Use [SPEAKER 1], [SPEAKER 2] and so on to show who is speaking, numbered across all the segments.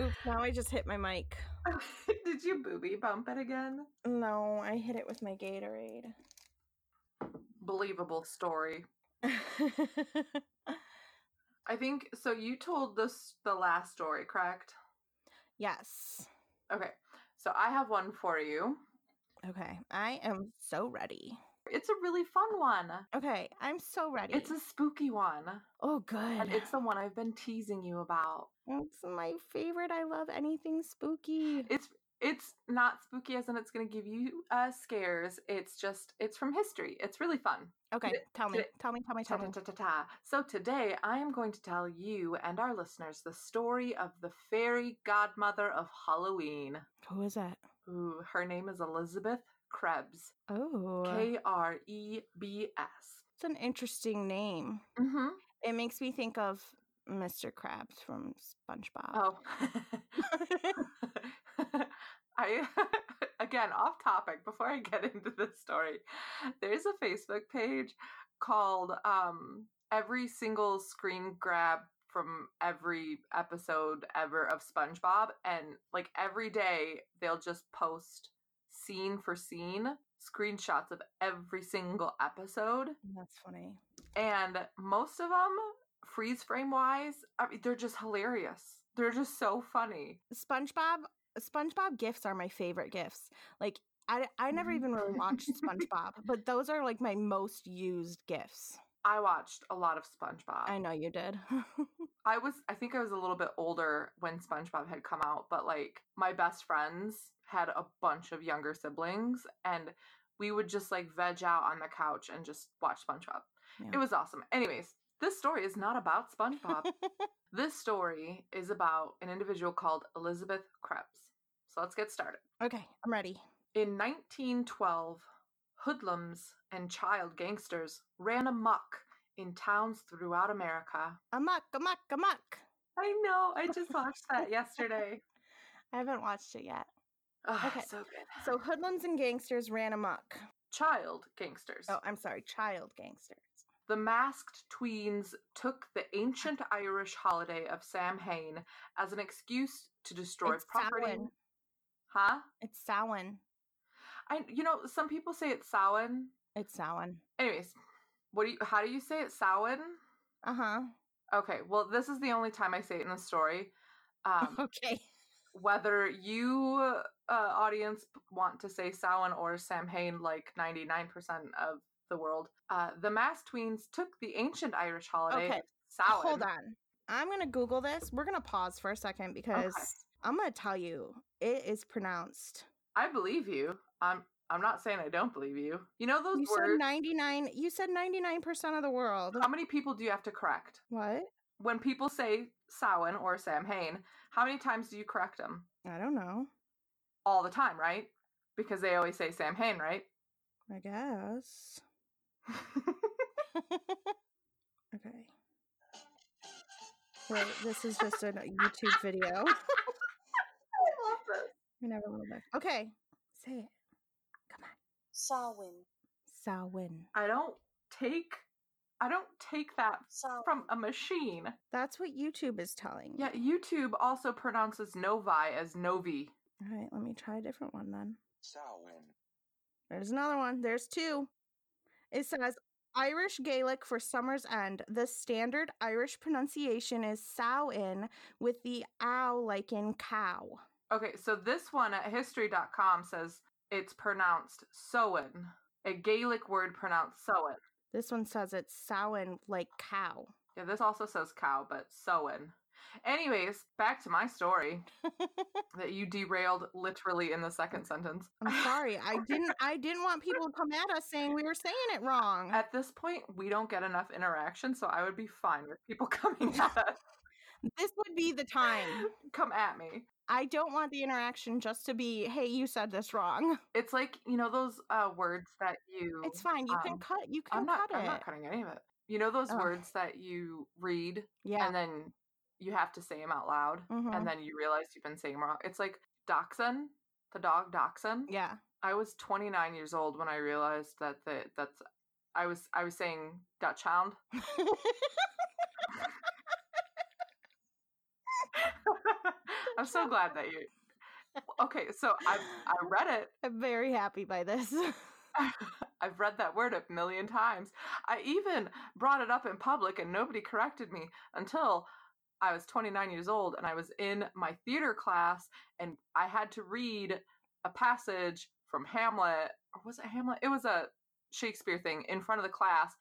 [SPEAKER 1] Oops, now I just hit my mic.
[SPEAKER 2] Did you booby bump it again?
[SPEAKER 1] No, I hit it with my Gatorade.
[SPEAKER 2] Believable story. I think so. You told this the last story, correct?
[SPEAKER 1] yes.
[SPEAKER 2] Okay, so I have one for you.
[SPEAKER 1] Okay. I am so ready.
[SPEAKER 2] It's a really fun one.
[SPEAKER 1] Okay. I'm so ready.
[SPEAKER 2] It's a spooky one,
[SPEAKER 1] oh,
[SPEAKER 2] and
[SPEAKER 1] good.
[SPEAKER 2] it's the one I've been teasing you about.
[SPEAKER 1] It's my favorite. I love anything spooky.
[SPEAKER 2] It's it's not spooky as in it's going to give you uh, scares. It's just it's from history. It's really fun.
[SPEAKER 1] Okay.
[SPEAKER 2] did
[SPEAKER 1] Tell me.
[SPEAKER 2] did
[SPEAKER 1] Tell me. Tell me. Tell me.
[SPEAKER 2] Ta-ta-ta-ta-ta. So today I am going to tell you and our listeners the story of the fairy godmother of Halloween.
[SPEAKER 1] Who is it?
[SPEAKER 2] Ooh, her name is Elizabeth Krebs.
[SPEAKER 1] Oh,
[SPEAKER 2] K R E B S.
[SPEAKER 1] it's an interesting name.
[SPEAKER 2] Mm-hmm.
[SPEAKER 1] It makes me think of Mr. Krabs from SpongeBob.
[SPEAKER 2] Oh. I again off topic before I get into this story. There's a Facebook page called um every single screen grab from every episode ever of SpongeBob and like every day they'll just post scene for scene screenshots of every single episode
[SPEAKER 1] That's funny.
[SPEAKER 2] and most of them freeze frame wise I mean, they're just hilarious they're just so funny
[SPEAKER 1] SpongeBob SpongeBob gifts are my favorite gifts. Like I I never even
[SPEAKER 2] Mm-hmm.
[SPEAKER 1] really watched SpongeBob, but those are like my most used gifts.
[SPEAKER 2] i watched a lot of spongebob
[SPEAKER 1] I know you did.
[SPEAKER 2] i was i think i was a little bit older when spongebob had come out but like my best friends had a bunch of younger siblings and we would just like veg out on the couch and just watch spongebob
[SPEAKER 1] Yeah.
[SPEAKER 2] it was awesome anyways this story is not about spongebob this story is about an individual called elizabeth krebs so let's get started
[SPEAKER 1] okay, I'm ready.
[SPEAKER 2] In 1912, hoodlums and child gangsters ran amok in towns throughout America.
[SPEAKER 1] Amok, amok, amok.
[SPEAKER 2] I know, I just watched that yesterday.
[SPEAKER 1] I haven't watched it yet.
[SPEAKER 2] Oh,
[SPEAKER 1] Okay.
[SPEAKER 2] so good.
[SPEAKER 1] So hoodlums and gangsters ran amok.
[SPEAKER 2] Child gangsters.
[SPEAKER 1] Oh, I'm sorry, child gangsters.
[SPEAKER 2] The masked tweens took the ancient Irish holiday of Samhain as an excuse to destroy
[SPEAKER 1] It's
[SPEAKER 2] property.
[SPEAKER 1] Samhain.
[SPEAKER 2] Huh?
[SPEAKER 1] It's Samhain.
[SPEAKER 2] I you know, some people say it's Samhain.
[SPEAKER 1] It's Samhain.
[SPEAKER 2] Anyways, what do you how do you say it? Samhain?
[SPEAKER 1] Uh-huh.
[SPEAKER 2] Okay, well, this is the only time I say it in the story. Um,
[SPEAKER 1] okay.
[SPEAKER 2] whether you uh, audience want to say Samhain or Samhain, like 99% of the world, uh, the mass tweens took the ancient Irish holiday
[SPEAKER 1] Okay,
[SPEAKER 2] Samhain.
[SPEAKER 1] Hold on. I'm going to Google this. We're going to pause for a second because I'm going to tell you it is pronounced.
[SPEAKER 2] I believe you. I'm I'm not saying I don't believe you. You know those
[SPEAKER 1] You said
[SPEAKER 2] words.
[SPEAKER 1] 99 you said 99% of the world.
[SPEAKER 2] how many people do you have to correct
[SPEAKER 1] What?
[SPEAKER 2] when people say Samhain or Samhain? How many times do you correct them?
[SPEAKER 1] I don't know.
[SPEAKER 2] All the time, right? Because they always say Samhain, right?
[SPEAKER 1] I guess. Okay. Wait, this is just a YouTube video.
[SPEAKER 2] I love this.
[SPEAKER 1] We never will back. Okay. Say it. Come on.
[SPEAKER 3] Samhain.
[SPEAKER 1] Samhain.
[SPEAKER 2] I don't take I don't take that
[SPEAKER 3] Samhain.
[SPEAKER 2] from a machine.
[SPEAKER 1] That's what YouTube is telling.
[SPEAKER 2] Yeah, YouTube also pronounces Novi as Novi.
[SPEAKER 1] All right, let me try a different one then.
[SPEAKER 4] Samhain.
[SPEAKER 1] There's another one. There's two. It says Irish Gaelic for summer's end. The standard Irish pronunciation is Samhain with the ow like in cow.
[SPEAKER 2] Okay, so this one at history.com says it's pronounced Soen, a Gaelic word pronounced Soen.
[SPEAKER 1] This one says it's Samhain like cow.
[SPEAKER 2] Yeah, this also says cow, but Soen. Anyways, back to my story that you derailed literally in the second sentence.
[SPEAKER 1] I'm sorry. I didn't I didn't want people to come at us saying we were saying it wrong.
[SPEAKER 2] At this point, we don't get enough interaction, so I would be fine with people coming at us.
[SPEAKER 1] This would be the time.
[SPEAKER 2] Come at me.
[SPEAKER 1] I don't want the interaction just to be, hey, you said this wrong.
[SPEAKER 2] It's like you know those uh, words that you.
[SPEAKER 1] It's fine. You can
[SPEAKER 2] um,
[SPEAKER 1] cut you can
[SPEAKER 2] I'm not.
[SPEAKER 1] cut
[SPEAKER 2] I'm
[SPEAKER 1] it.
[SPEAKER 2] not cutting any of it. You know those
[SPEAKER 1] Ugh.
[SPEAKER 2] words that you read
[SPEAKER 1] yeah.
[SPEAKER 2] and then you have to say them out loud,
[SPEAKER 1] Mhm.
[SPEAKER 2] and then you realize you've been saying 'em wrong. It's like dachshund, the dog dachshund.
[SPEAKER 1] yeah.
[SPEAKER 2] I was 29 years old when I realized that the, that's. I was I was saying Dutch hound. I'm so glad that you. Okay, so I've I read it.
[SPEAKER 1] I'm very happy by this.
[SPEAKER 2] I've read that word a million times. I even brought it up in public and nobody corrected me until I was 29 years old and I was in my theater class and I had to read a passage from Hamlet or was it Hamlet? It was a Shakespeare thing in front of the class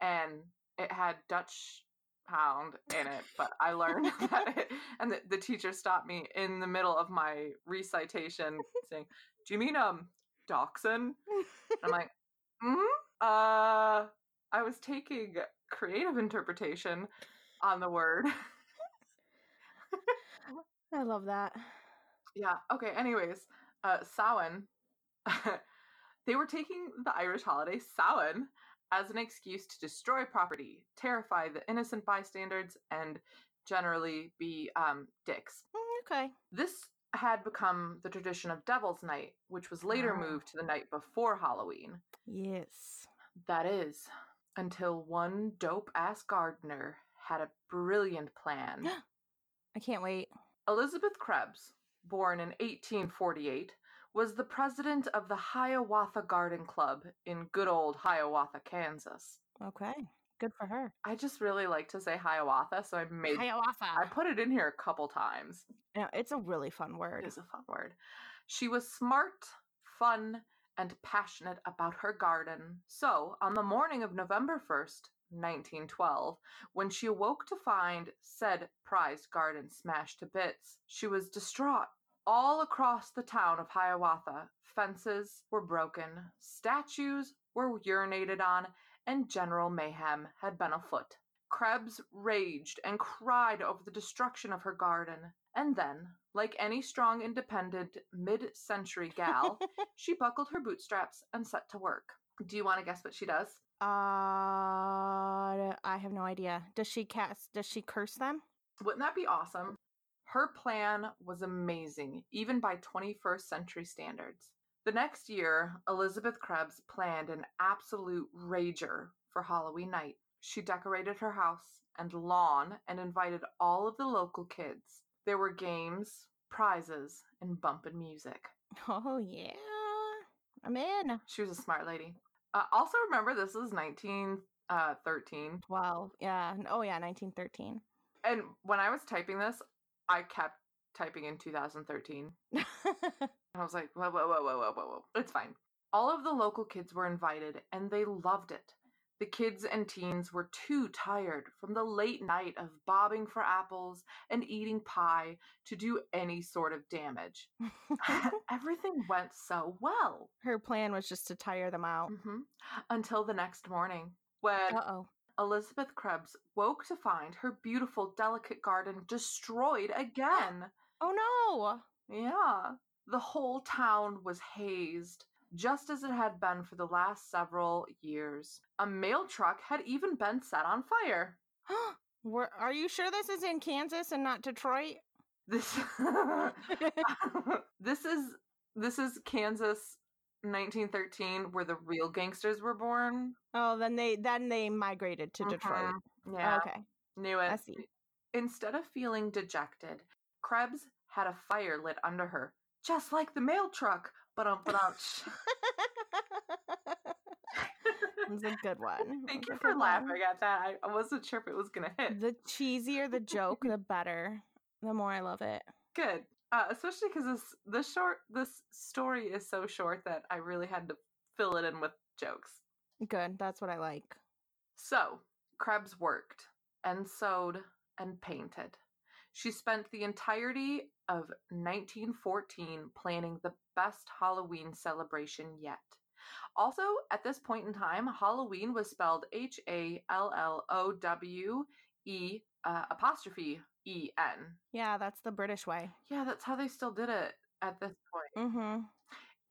[SPEAKER 2] and it had Dutch hound in it, but I learned that it, and the, the teacher stopped me in the middle of my recitation saying, "Do you mean um dachshund?" I'm like, "Hmm." Uh, I was taking creative interpretation on the word.
[SPEAKER 1] I love that.
[SPEAKER 2] Yeah. Okay. Anyways, uh, Samhain. they were taking the Irish holiday Samhain as an excuse to destroy property, terrify the innocent bystanders, and generally be um, dicks.
[SPEAKER 1] Mm, Okay.
[SPEAKER 2] This had become the tradition of Devil's Night, which was later
[SPEAKER 1] Ah.
[SPEAKER 2] moved to the night before Halloween.
[SPEAKER 1] Yes.
[SPEAKER 2] That is, until one dope ass gardener had a brilliant plan.
[SPEAKER 1] I can't wait.
[SPEAKER 2] Elizabeth Krebs, born in 1848, was the president of the Hiawatha Garden Club in good old Hiawatha, Kansas.
[SPEAKER 1] Okay. Good for her.
[SPEAKER 2] I just really like to say Hiawatha, so I made I
[SPEAKER 1] Hiawatha.
[SPEAKER 2] put it in here a couple times.
[SPEAKER 1] No, it's a really fun word.
[SPEAKER 2] It is a fun word. She was smart, fun, and passionate about her garden. So, on the morning of November 1st, 1912, when she awoke to find said prized garden smashed to bits, she was distraught. All across the town of Hiawatha, fences were broken, statues were urinated on, and general mayhem had been afoot. Krebs raged and cried over the destruction of her garden. And then, like any strong, independent, mid century gal, she buckled her bootstraps and set to work. Do you want to guess what she does?
[SPEAKER 1] Uh, I have no idea. Does she cast? Does she curse them?
[SPEAKER 2] Wouldn't that be awesome? Her plan was amazing, even by 21st century standards. The next year, Elizabeth Krebs planned an absolute rager for Halloween night. She decorated her house and lawn and invited all of the local kids. There were games, prizes, and bumpin' music.
[SPEAKER 1] Oh yeah, I'm in.
[SPEAKER 2] She was a smart lady. Uh, also, remember this uh, is 1913.
[SPEAKER 1] Twelve. Yeah. n- Oh yeah, 1913.
[SPEAKER 2] And when I was typing this, I kept typing in 2013. And I was like, whoa, whoa, whoa, whoa, whoa, whoa, whoa. It's fine. All of the local kids were invited and they loved it. The kids and teens were too tired from the late night of bobbing for apples and eating pie to do any sort of damage. Everything went so well
[SPEAKER 1] Her plan was just to tire them out.
[SPEAKER 2] Mhm. until the next morning when
[SPEAKER 1] Uh oh.
[SPEAKER 2] Elizabeth Krebs woke to find her beautiful, delicate garden destroyed again.
[SPEAKER 1] Oh no.
[SPEAKER 2] Yeah. The whole town was hazed, just as it had been for the last several years. A mail truck had even been set on fire.
[SPEAKER 1] Were, are you sure this is in Kansas and not Detroit?
[SPEAKER 2] This This is this is Kansas 1913 where the real gangsters were born.
[SPEAKER 1] oh, then they then they migrated to Detroit.
[SPEAKER 2] Mhm. Yeah.
[SPEAKER 1] Okay.
[SPEAKER 2] Knew it.
[SPEAKER 1] I see.
[SPEAKER 2] Instead of feeling dejected, Krebs had a fire lit under her, just like the mail truck. But um, but
[SPEAKER 1] It's a good one.
[SPEAKER 2] Thank
[SPEAKER 1] It's
[SPEAKER 2] you
[SPEAKER 1] a
[SPEAKER 2] for
[SPEAKER 1] good one.
[SPEAKER 2] laughing at that. I, I wasn't sure if it was gonna hit.
[SPEAKER 1] The cheesier the joke, the better. The more I love it.
[SPEAKER 2] Good, uh, especially because this this short this story is so short that I really had to fill it in with jokes.
[SPEAKER 1] Good. That's what I like.
[SPEAKER 2] So Krebs worked and sewed and painted. She spent the entirety of 1914 planning the best Halloween celebration yet. Also, at this point in time, Halloween was spelled H A L L O W E uh, apostrophe E N.
[SPEAKER 1] Yeah, that's the British way.
[SPEAKER 2] Yeah, that's how they still did it at this point.
[SPEAKER 1] Mm-hmm.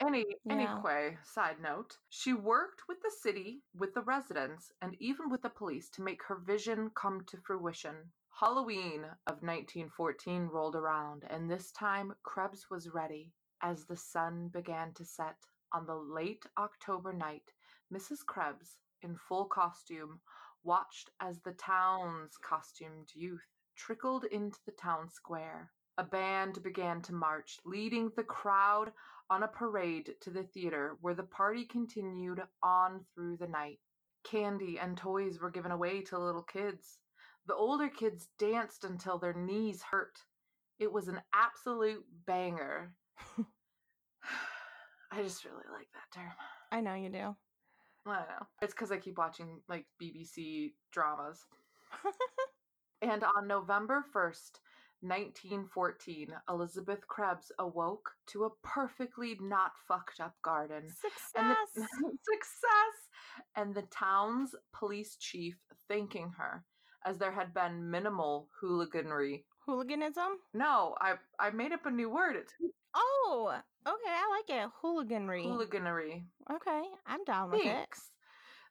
[SPEAKER 2] Any
[SPEAKER 1] Yeah.
[SPEAKER 2] anyway, side note, she worked with the city, with the residents, and even with the police to make her vision come to fruition. Halloween of 1914 rolled around, and this time Krebs was ready. As the sun began to set on the late October night, Mrs. Krebs, in full costume, watched as the town's costumed youth trickled into the town square. a band began to march, leading the crowd on a parade to the theater, where the party continued on through the night. Candy and toys were given away to little kids. The older kids danced until their knees hurt. It was an absolute banger. I just really like that term.
[SPEAKER 1] I know you
[SPEAKER 2] Mm.
[SPEAKER 1] do.
[SPEAKER 2] I don't know. It's because I keep watching like BBC dramas. and on November 1st, 1914, Elizabeth Krebs awoke to a perfectly not fucked up garden. And
[SPEAKER 1] Success.
[SPEAKER 2] the, success! And the town's police chief thanking her, as there had been minimal hooliganry.
[SPEAKER 1] Hooliganism.
[SPEAKER 2] No, I I made up a new word. It's
[SPEAKER 1] Oh, okay. I like it. Hooliganry.
[SPEAKER 2] hooliganery.
[SPEAKER 1] okay, I'm down with it.
[SPEAKER 2] Thanks.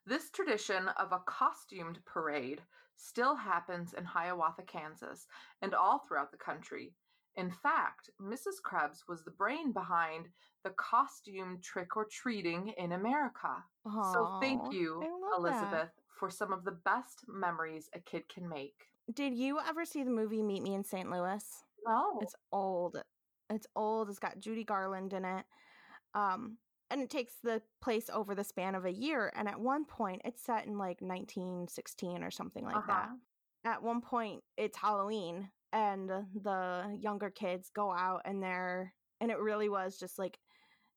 [SPEAKER 2] This tradition of a costumed parade still happens in Hiawatha, Kansas, and all throughout the country. In fact, Mrs. Krebs was the brain behind the costume trick or treating in America. so
[SPEAKER 1] Aw,
[SPEAKER 2] thank you,
[SPEAKER 1] I love that.
[SPEAKER 2] Elizabeth, for some of the best memories a kid can make.
[SPEAKER 1] Did you ever see the movie Meet Me in St. Louis?
[SPEAKER 2] No.
[SPEAKER 1] It's old. It's old. It's got Judy Garland in it. Um, and it takes the place over the span of a year. And at one point, it's set in like 1916 or something like that. At one point, it's Halloween, and the younger kids go out and they're, and it really was just like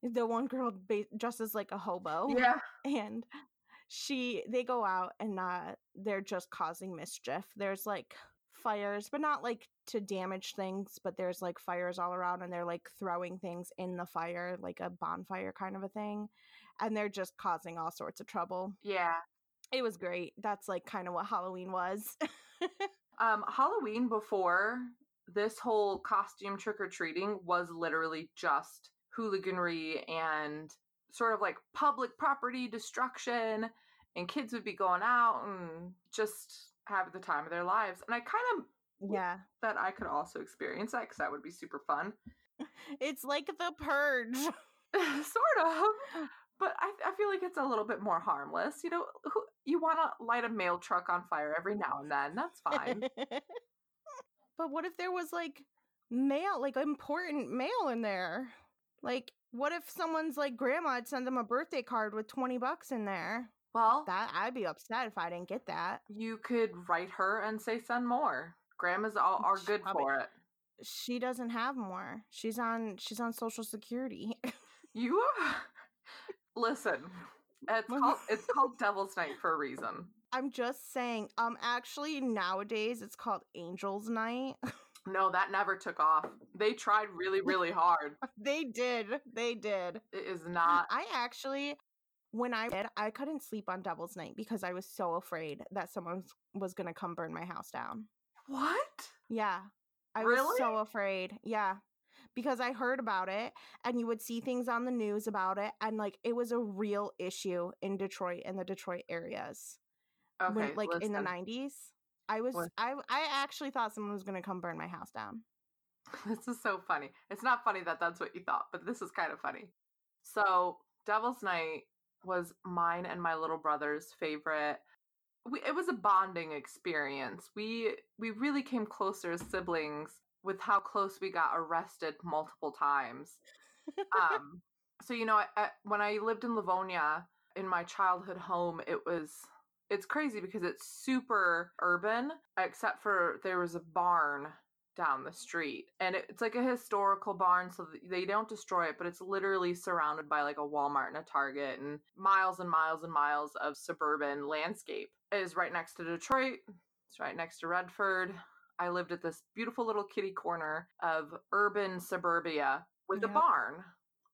[SPEAKER 1] the one girl ba- dresses like a hobo
[SPEAKER 2] Oh, Yeah.
[SPEAKER 1] and she they go out and uh they're just causing mischief there's like fires but not like to damage things but there's like fires all around and they're like throwing things in the fire like a bonfire kind of a thing and they're just causing all sorts of trouble
[SPEAKER 2] Yeah.
[SPEAKER 1] it was great that's like kind of what halloween was
[SPEAKER 2] Um, Halloween before this whole costume trick or treating was literally just hooliganry and sort of like public property destruction, and kids would be going out and just having the time of their lives. And I kind of
[SPEAKER 1] yeah
[SPEAKER 2] that I could also experience that because that would be super fun,
[SPEAKER 1] it's like the purge
[SPEAKER 2] sort of. But I, I feel like it's a little bit more harmless. You know, who, you want to light a mail truck on fire every now and then. That's fine.
[SPEAKER 1] but what if there was like mail, like important mail in there? Like, what if someone's like grandma had sent them a birthday card with 20 bucks in there?
[SPEAKER 2] Well,
[SPEAKER 1] That I'd be upset if I didn't get that.
[SPEAKER 2] You could write her and say send more. Grandmas all are
[SPEAKER 1] She
[SPEAKER 2] good
[SPEAKER 1] probably-
[SPEAKER 2] for it.
[SPEAKER 1] She doesn't have more. She's on she's on social security.
[SPEAKER 2] You listen. It's called it's called Devil's Night for a reason.
[SPEAKER 1] I'm just saying, um actually nowadays it's called Angels Night.
[SPEAKER 2] No, that never took off. They tried really, really hard.
[SPEAKER 1] they did. They did.
[SPEAKER 2] It is not
[SPEAKER 1] I actually, when I did, I couldn't sleep on Devil's Night because I was so afraid that someone was going to come burn my house down.
[SPEAKER 2] what?
[SPEAKER 1] Yeah. I was so afraid. Yeah. Because I heard about it and you would see things on the news about it. And like it was a real issue in Detroit and the Detroit areas.
[SPEAKER 2] Okay,
[SPEAKER 1] when, like in the
[SPEAKER 2] listen.
[SPEAKER 1] 90s. I was,
[SPEAKER 2] Lis-
[SPEAKER 1] I, I actually thought someone was going to come burn my house down.
[SPEAKER 2] This is so funny. It's not funny that that's what you thought, but this is kind of funny. So, Devil's Night was mine and my little brother's favorite. We, it was a bonding experience. We we really came closer as siblings with how close we got arrested multiple times. Um, so you know, I, I, when I lived in Livonia in my childhood home, it was it's crazy because it's super urban, except for there was a barn down the street and it, it's like a historical barn so th- they don't destroy it but it's literally surrounded by like a walmart and a target and miles and miles and miles of suburban landscape it is right next to detroit it's right next to redford i lived at this beautiful little kitty corner of urban suburbia with a
[SPEAKER 1] Yep.
[SPEAKER 2] barn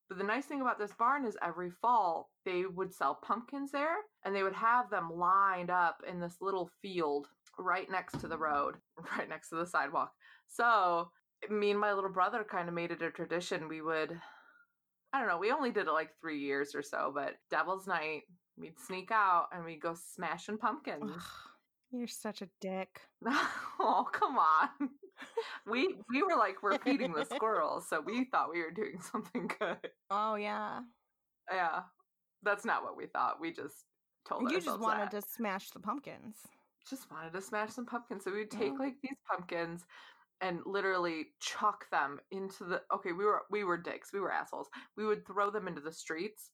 [SPEAKER 2] but the nice thing about this barn is every fall they would sell pumpkins there and they would have them lined up in this little field right next to the road right next to the sidewalk so me and my little brother kind of made it a tradition. We would, I don't know, we only did it like three years or so, but Devil's Night, we'd sneak out and we'd go smashing pumpkins.
[SPEAKER 1] Ugh, you're such a dick.
[SPEAKER 2] oh, come on. We we were like we're feeding the squirrels, so we thought we were doing something good.
[SPEAKER 1] Oh, yeah.
[SPEAKER 2] Yeah, that's not what we thought. We just told
[SPEAKER 1] You just
[SPEAKER 2] ourselves
[SPEAKER 1] wanted
[SPEAKER 2] that.
[SPEAKER 1] to smash the pumpkins.
[SPEAKER 2] just wanted to smash some pumpkins. So we would take
[SPEAKER 1] Yeah.
[SPEAKER 2] like these pumpkins and literally chuck them into the okay we were we were dicks we were assholes we would throw them into the streets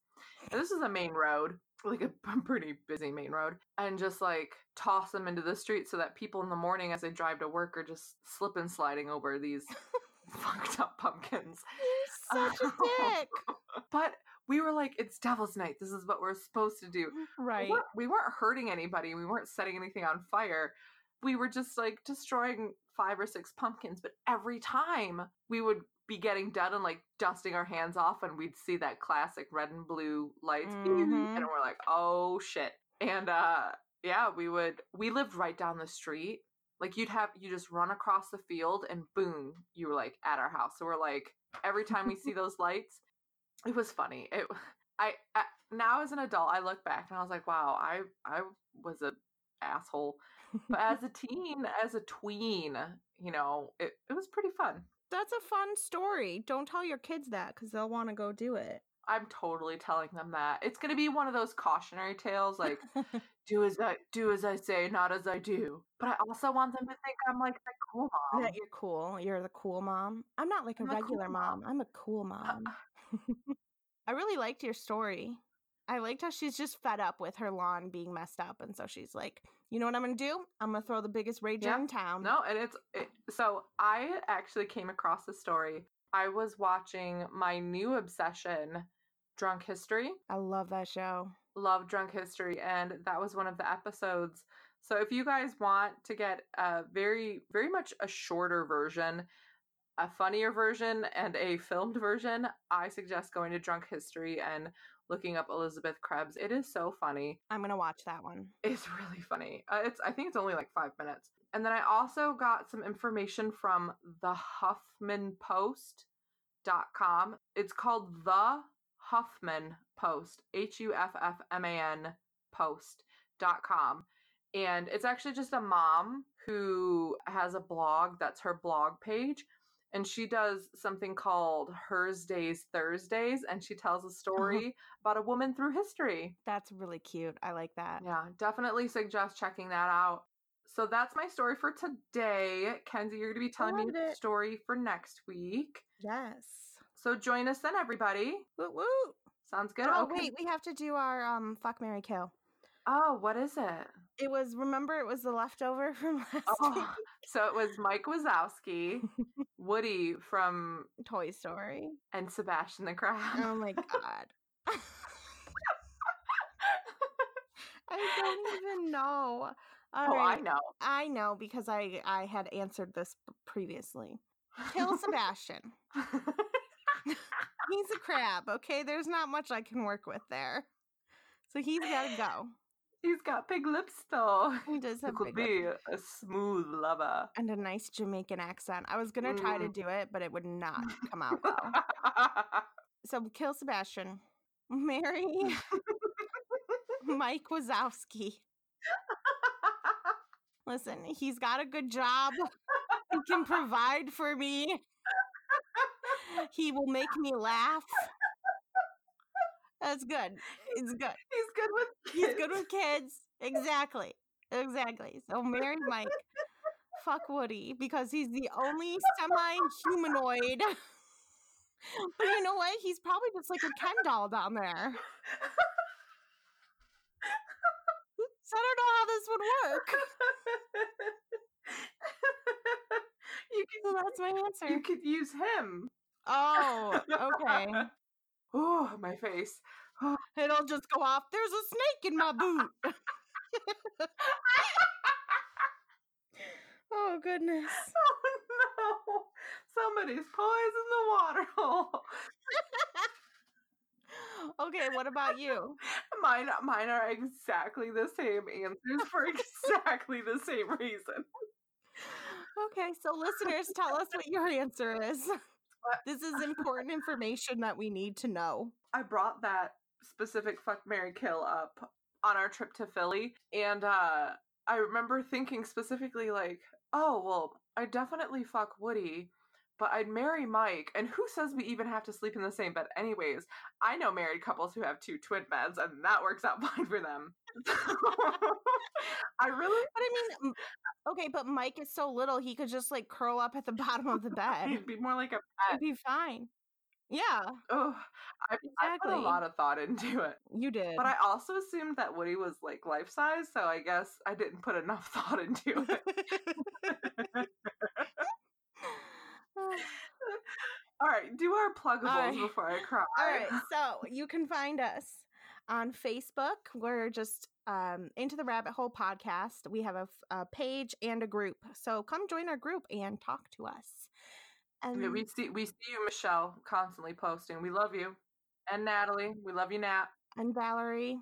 [SPEAKER 2] and this is a main road like a p- pretty busy main road and just like toss them into the street so that people in the morning as they drive to work are just slipping sliding over these fucked up pumpkins Oh
[SPEAKER 1] You're such a dick.
[SPEAKER 2] but we were like it's devil's night this is what we're supposed to do we
[SPEAKER 1] Right.
[SPEAKER 2] weren't, we weren't hurting anybody. We weren't setting anything on fire. We were just like destroying five or six pumpkins. But every time we would be getting done and like dusting our hands off, and we'd see that classic red and blue lights,
[SPEAKER 1] Mhm.
[SPEAKER 2] and we're like, oh shit. And uh, yeah, we would. We lived right down the street. Like you'd have you just run across the field, and boom, you were like at our house. So we're like every time we see those lights, it was funny. It. I, I now as an adult, I look back and I was like, wow, I I was a asshole. But as a teen, as a tween, you know, it, it was pretty fun.
[SPEAKER 1] That's a fun story. Don't tell your kids that because they'll want to go do it.
[SPEAKER 2] I'm totally telling them that. It's gonna be one of those cautionary tales like do as I do as I say, not as I do. But I also want them to think I'm like the cool mom.
[SPEAKER 1] that you're cool. You're the cool mom. I'm not like a
[SPEAKER 2] um I'm a cool
[SPEAKER 1] regular mom.
[SPEAKER 2] mom.
[SPEAKER 1] I'm a cool mom. I really liked your story. I liked how she's just fed up with her lawn being messed up. And so she's like, you know what I'm going to do? I'm going to throw the biggest rager
[SPEAKER 2] Yeah.
[SPEAKER 1] in town.
[SPEAKER 2] No, and it's it, so I actually came across the story. I was watching my new obsession, Drunk History.
[SPEAKER 1] I love that show.
[SPEAKER 2] love drunk history and that was one of the episodes so if you guys want to get a very very much a shorter version a funnier version and a filmed version i suggest going to drunk history and looking up elizabeth krebs it is so funny
[SPEAKER 1] I'm going to watch that one.
[SPEAKER 2] it's really funny uh, it's i think it's only like five minutes and then i also got some information from the huffman post dot com. It's called The Huffman Post, H U F F M A N Post dot com. And it's actually just a mom who has a blog that's her blog page. And she does something called Hers Days Thursdays. And she tells a story about a woman through history.
[SPEAKER 1] That's really cute. I like that.
[SPEAKER 2] Yeah, definitely suggest checking that out. So that's my story for today. Kenzie, you're going to be telling me
[SPEAKER 1] loved
[SPEAKER 2] the
[SPEAKER 1] it.
[SPEAKER 2] story for next week.
[SPEAKER 1] Yes.
[SPEAKER 2] So join us then, everybody.
[SPEAKER 1] Woot woot.
[SPEAKER 2] Sounds good.
[SPEAKER 1] Oh,
[SPEAKER 2] okay.
[SPEAKER 1] wait. We have to do our um, fuck, Mary kill.
[SPEAKER 2] Oh, what is it?
[SPEAKER 1] It was, remember, it was the leftover from last
[SPEAKER 2] Oh, so it was Mike Wazowski, Woody from,
[SPEAKER 1] week's Toy Story.
[SPEAKER 2] and Sebastian the Crab.
[SPEAKER 1] Oh my god. I don't even know. All
[SPEAKER 2] Oh, I
[SPEAKER 1] right.
[SPEAKER 2] know.
[SPEAKER 1] I know because I I had answered this p- previously. Kill Sebastian. he's a crab, okay? There's not much I can work with there. So he's got to go.
[SPEAKER 2] He's got big lips though.
[SPEAKER 1] He does
[SPEAKER 2] He
[SPEAKER 1] have
[SPEAKER 2] could
[SPEAKER 1] big
[SPEAKER 2] be
[SPEAKER 1] lips
[SPEAKER 2] a smooth lover.
[SPEAKER 1] and a nice Jamaican accent. I was going to try to
[SPEAKER 2] Mm.
[SPEAKER 1] do it, but it would not come out well. So kill Sebastian. Marry Mike Wazowski. Listen, he's got a good job. He can provide for me. He will make me laugh. That's good. It's good.
[SPEAKER 2] He's good with
[SPEAKER 1] He's
[SPEAKER 2] kids.
[SPEAKER 1] good with kids. Exactly. Exactly. So marry Mike. Fuck Woody because he's the only semi humanoid. But you know what? He's probably just like a Ken doll down there. So I don't know how this would work.
[SPEAKER 2] you
[SPEAKER 1] So
[SPEAKER 2] could
[SPEAKER 1] that's my answer.
[SPEAKER 2] you could use him.
[SPEAKER 1] Oh, okay.
[SPEAKER 2] Oh, my face.
[SPEAKER 1] It'll just go off. There's a snake in my boot. oh goodness.
[SPEAKER 2] Oh no! Somebody's poisoned the water hole.
[SPEAKER 1] Okay, what about you?
[SPEAKER 2] Mine, mine are exactly the same answers for exactly the same reason.
[SPEAKER 1] Okay, so listeners, tell us what your answer is. This is important information that we need to know.
[SPEAKER 2] I brought that specific fuck Mary Kill up on our trip to Philly, and uh, I remember thinking specifically like, oh well, I definitely fuck Woody, but I'd marry Mike. And who says we even have to sleep in the same bed, anyways? I know married couples who have two twin beds, and that works out fine for them. I really,
[SPEAKER 1] But I mean, m- okay, but Mike is so little, he could just like curl up at the bottom of the bed
[SPEAKER 2] it'd be more like a pet.
[SPEAKER 1] and be fine. Yeah,
[SPEAKER 2] Oh, I, I put a
[SPEAKER 1] Exactly.
[SPEAKER 2] lot of thought into it.
[SPEAKER 1] you did.
[SPEAKER 2] But I also assumed that Woody was like life size, so I guess I didn't put enough thought into it. All right, do our pluggables
[SPEAKER 1] right.
[SPEAKER 2] before I cry.
[SPEAKER 1] All right, so you can find us on Facebook. We're just um, into the rabbit hole podcast. We have a, f- a page and a group, so come join our group and talk to us. And
[SPEAKER 2] Yeah, we see we see you, Michelle, constantly posting. We love you, and Natalie. We love you, Nat.
[SPEAKER 1] and Valerie,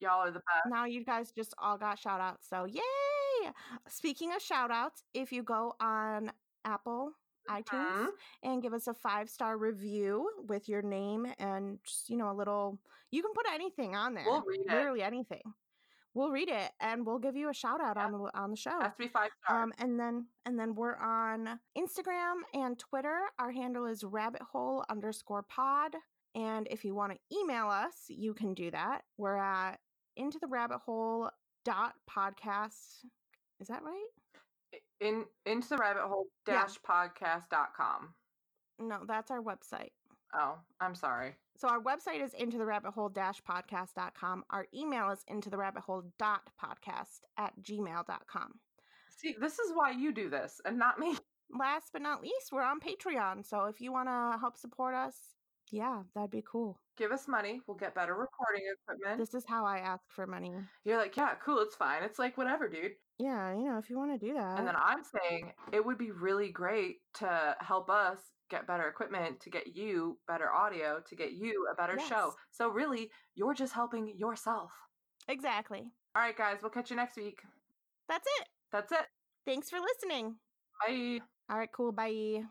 [SPEAKER 2] Y'all are the best.
[SPEAKER 1] now you guys just all got shout outs. So yay! Speaking of shout outs, if you go on Apple iTunes
[SPEAKER 2] Mhm.
[SPEAKER 1] and give us a five star review with your name and just, you know, a little, you can put anything on there.
[SPEAKER 2] We'll read it.
[SPEAKER 1] literally anything. We'll read it and we'll give you a shout out on the on the show.
[SPEAKER 2] Has to be five stars.
[SPEAKER 1] Um, and then and then we're on Instagram and Twitter. Our handle is rabbit hole underscore pod. And if you want to email us, you can do that. We're at into the rabbit hole dot podcast. Is that right?
[SPEAKER 2] in into the rabbit hole
[SPEAKER 1] Yeah.
[SPEAKER 2] dash podcast dot com.
[SPEAKER 1] No, that's our website.
[SPEAKER 2] Oh, I'm sorry.
[SPEAKER 1] So our website is into the rabbit hole dash podcast.com. Our email is into the rabbit hole dot podcast at gmail.com.
[SPEAKER 2] See, this is why you do this and not me.
[SPEAKER 1] last but not least, we're on Patreon. So if you want to help support us, yeah, that'd be cool.
[SPEAKER 2] Give us money. We'll get better recording equipment.
[SPEAKER 1] This is how I ask for money.
[SPEAKER 2] You're like, yeah, cool, it's fine. It's like whatever, dude.
[SPEAKER 1] Yeah, you know, if you want to do that.
[SPEAKER 2] And then I'm saying it would be really great to help us get better equipment, to get you better audio, to get you a better show.
[SPEAKER 1] Yes.
[SPEAKER 2] So really, you're just helping yourself.
[SPEAKER 1] exactly.
[SPEAKER 2] All right, guys, we'll catch you next week.
[SPEAKER 1] That's it.
[SPEAKER 2] That's it.
[SPEAKER 1] Thanks for listening.
[SPEAKER 2] Bye.
[SPEAKER 1] All right, cool. Bye.